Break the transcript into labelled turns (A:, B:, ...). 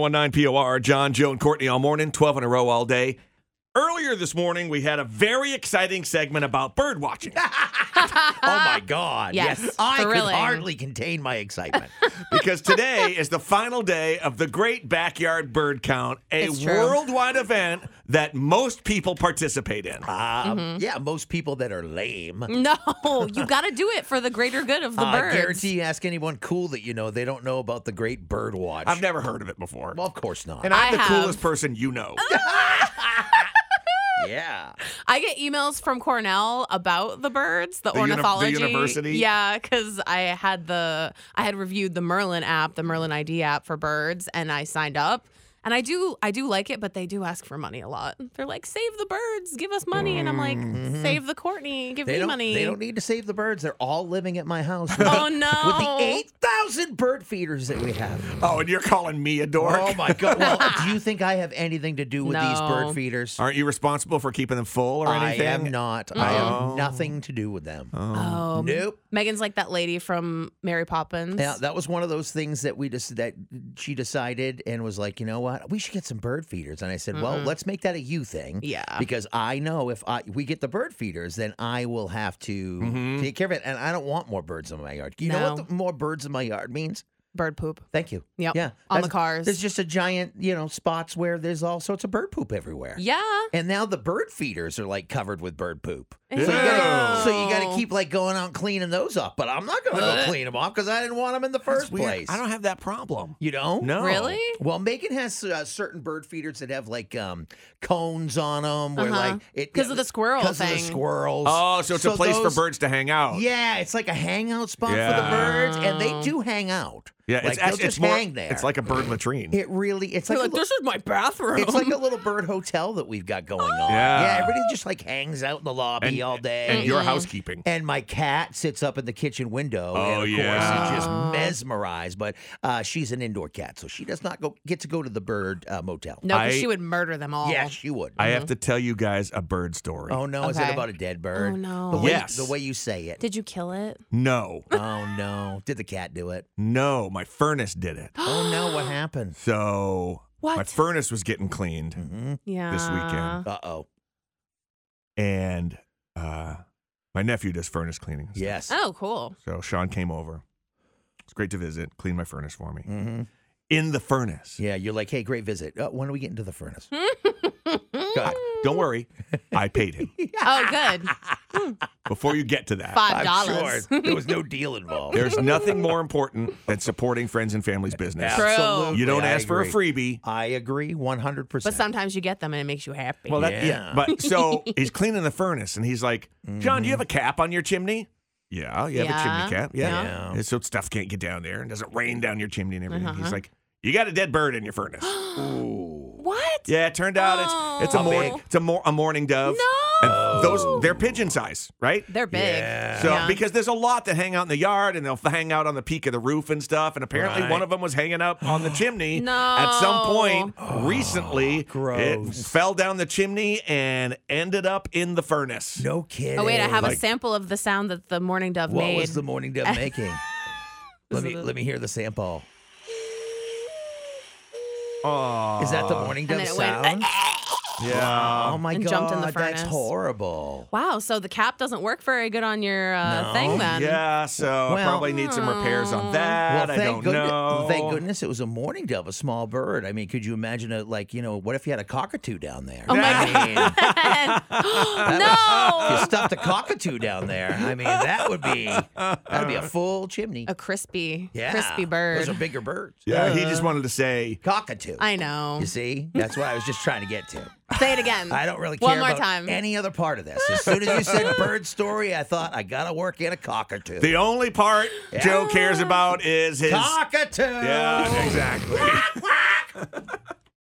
A: 1019 POR, John, Joe, and Courtney all morning, 12 in a row all day. Earlier this morning, we had a very exciting segment about bird watching.
B: Oh my God.
C: Uh, Yes,
B: I
C: thrilling.
B: could hardly contain my excitement. Um,
A: because today is the final day of the Great Backyard Bird Count, a
C: It's true.
A: worldwide event that most people participate in.
B: Um,
C: Mm-hmm.
B: Yeah, most people that are lame.
C: No, you got to do it for the greater good of the
B: Uh, I
C: birds.
B: guarantee you ask anyone cool that you know, they don't know about the great bird watch.
A: I've never heard of it before.
B: well, of course not.
A: and I'm
C: I
A: the
C: have.
A: coolest person you know.
B: yeah.
C: I get emails from Cornell about the birds, the,
A: The uni- the
C: ornithology
A: university?
C: Yeah, because I had the I had reviewed the Merlin app, the Merlin ID app for birds, and I signed up. And I do I do like it, but they do ask for money a lot. They're like, "Save the birds, give us money," and I'm like, "Save the Courtney, give
B: Mm-hmm. They
C: me
B: don't,
C: money."
B: they don't need to save the birds. They're all living at my house.
C: Oh,
B: With
C: no.
B: the 8,000 bird feeders that we have.
A: oh, and you're calling me a dork?
B: Oh my God. Well, do you think I have anything to do with these
C: No.
B: bird feeders?
A: Aren't you responsible for keeping them full or
B: I
A: anything?
B: am not. I have nothing to do with them.
C: oh,
B: Nope.
C: Megan's like that lady from Mary Poppins.
B: Yeah, that was one of those things that we just that she decided and was like, you know what, we should get some bird feeders. And I said, well, let's make that a you thing.
C: Yeah.
B: Because I know if I we get the bird feeders, then I will have to take care of it, and I don't want more birds in my yard. You know
C: Mm-hmm. No.
B: what the, more birds in my yard means?
C: Bird poop.
B: Thank you.
C: Yep.
B: Yeah.
C: On
B: that's-
C: the cars.
B: There's just a giant, you know, spots where there's all sorts of bird poop everywhere.
C: Yeah.
B: And now the bird feeders are like covered with bird poop.
A: So you gotta-
B: So you got to keep like going out and cleaning those up, but I'm not going to go clean them off because I didn't want them in the first
A: Weird.
B: place.
A: I don't have that problem.
B: You don't?
A: No.
C: Really?
B: Well, Megan has uh, certain bird feeders that have like um, cones on them, where
C: Uh-huh.
B: like it
C: 'Cause of the squirrel
B: because of the
C: thing.
B: squirrels.
A: Oh, so it's a place
B: those-
A: for birds to hang out.
B: Yeah, it's like a hangout spot
A: Yeah.
B: for the birds, and they do hang out.
A: Yeah,
B: like,
A: it's
B: they'll
A: actually
B: just
A: it's more,
B: hang there.
A: It's like a bird latrine.
B: it really. It's
C: They're
B: like,
C: like,
B: a, li-
C: "This is my bathroom."
B: it's like a little bird hotel that we've got going on.
A: Yeah.
B: everybody just like hangs out in the lobby
A: and,
B: all day.
A: And your housekeeping.
B: And my cat sits up in the kitchen window. and
A: Oh,
B: of course,
A: yeah.
B: is just mesmerized. But uh, she's an indoor cat, so she does not go get to go to the bird uh, motel.
C: no, 'cause
A: I-
C: she would murder them all.
B: Yes, she would.
A: I have to tell you guys a bird story.
B: oh no, is it
C: Okay.
B: about a dead bird?
C: Oh, no.
B: The way,
A: Yes.
B: The way you say it.
C: Did you kill it?
A: No,
B: oh no. Did the cat do it?
A: no, my furnace did it.
B: Oh no, what happened?
A: So my
C: What?
A: furnace was getting cleaned,
B: Mm-hmm.
C: Yeah.
A: weekend.
B: Uh oh.
A: and uh, my nephew does furnace cleaning.
B: Yes.
C: Oh, cool.
A: So Sean came over. It's great to visit. Cleaned my furnace for me
B: hmm
A: in the furnace.
B: Yeah, you're like, hey, great visit. Uh, when are we getting to the furnace? God.
A: Don't worry, I paid him.
C: Oh, good.
A: Before you get to that,
C: Five
B: I'm
C: dollars.
B: sure there was no deal involved.
A: there's nothing more important than supporting friends and family's business.
C: True.
B: Absolutely.
A: You don't
B: I
A: ask for a
B: agree.
A: freebie.
B: I agree 100%.
C: But sometimes you get them and it makes you happy.
A: Well, that, yeah.
B: Yeah.
A: But so he's cleaning the furnace and he's like, John, do you have a cap on your chimney? Yeah, you have a
C: Yeah. Uh-huh.
A: chimney cap. Yeah.
B: Yeah.
A: And So stuff can't get down there and doesn't rain down your chimney and everything. He's like, you got a dead bird in your furnace.
B: Ooh.
C: what?
A: yeah, it turned out it's it's a
C: Oh.
A: mor- it's a, mor- a morning dove.
C: No.
A: And those they're pigeon size, right?
C: They're big.
B: Yeah.
A: So
C: Yeah.
A: because there's a lot that hang out in the yard and they'll hang out on the peak of the roof and stuff. And apparently
B: Right.
A: one of them was hanging up on the chimney
C: No.
A: at some point recently. It
B: gross.
A: fell down the chimney and ended up in the furnace.
B: No kidding.
C: Oh wait, I have
A: Like-
C: a sample of the sound that the morning dove
B: What
C: made.
B: was the morning dove making? let
C: Was
B: me
C: it a-
B: let me hear the sample.
A: Aw.
B: Is that the morning
C: And
B: dove
C: then it
B: sound?
C: went,
A: Yeah.
B: oh my
C: And
B: god,
C: jumped in the
B: that's
C: furnace.
B: horrible.
C: wow. So the cap doesn't work very good on your uh,
B: No.
C: thing then.
A: Yeah, so I
B: Well-
A: probably need some repairs on that. I don't
B: goodness,
A: know.
B: thank goodness it was a morning dove, a small bird. I mean, could you imagine a like you know what if you had a cockatoo down there?
C: Oh my
B: I mean, if you
C: no.
B: stuffed a cockatoo down there. I mean, that would be that would be a full chimney.
C: A crispy,
B: yeah,
C: crispy bird.
B: Those are bigger birds.
A: Yeah, he
B: uh.
A: just wanted to say,
B: cockatoo.
C: I know.
B: you see, that's what I was just trying to get to.
C: Say it again.
B: I don't really care
C: One more
B: about
C: time.
B: any other part of this. As soon as you said bird story, I thought I gotta work in a cockatoo.
A: the only part Joe cares about is his.
B: cockatoo.
A: Yeah, exactly.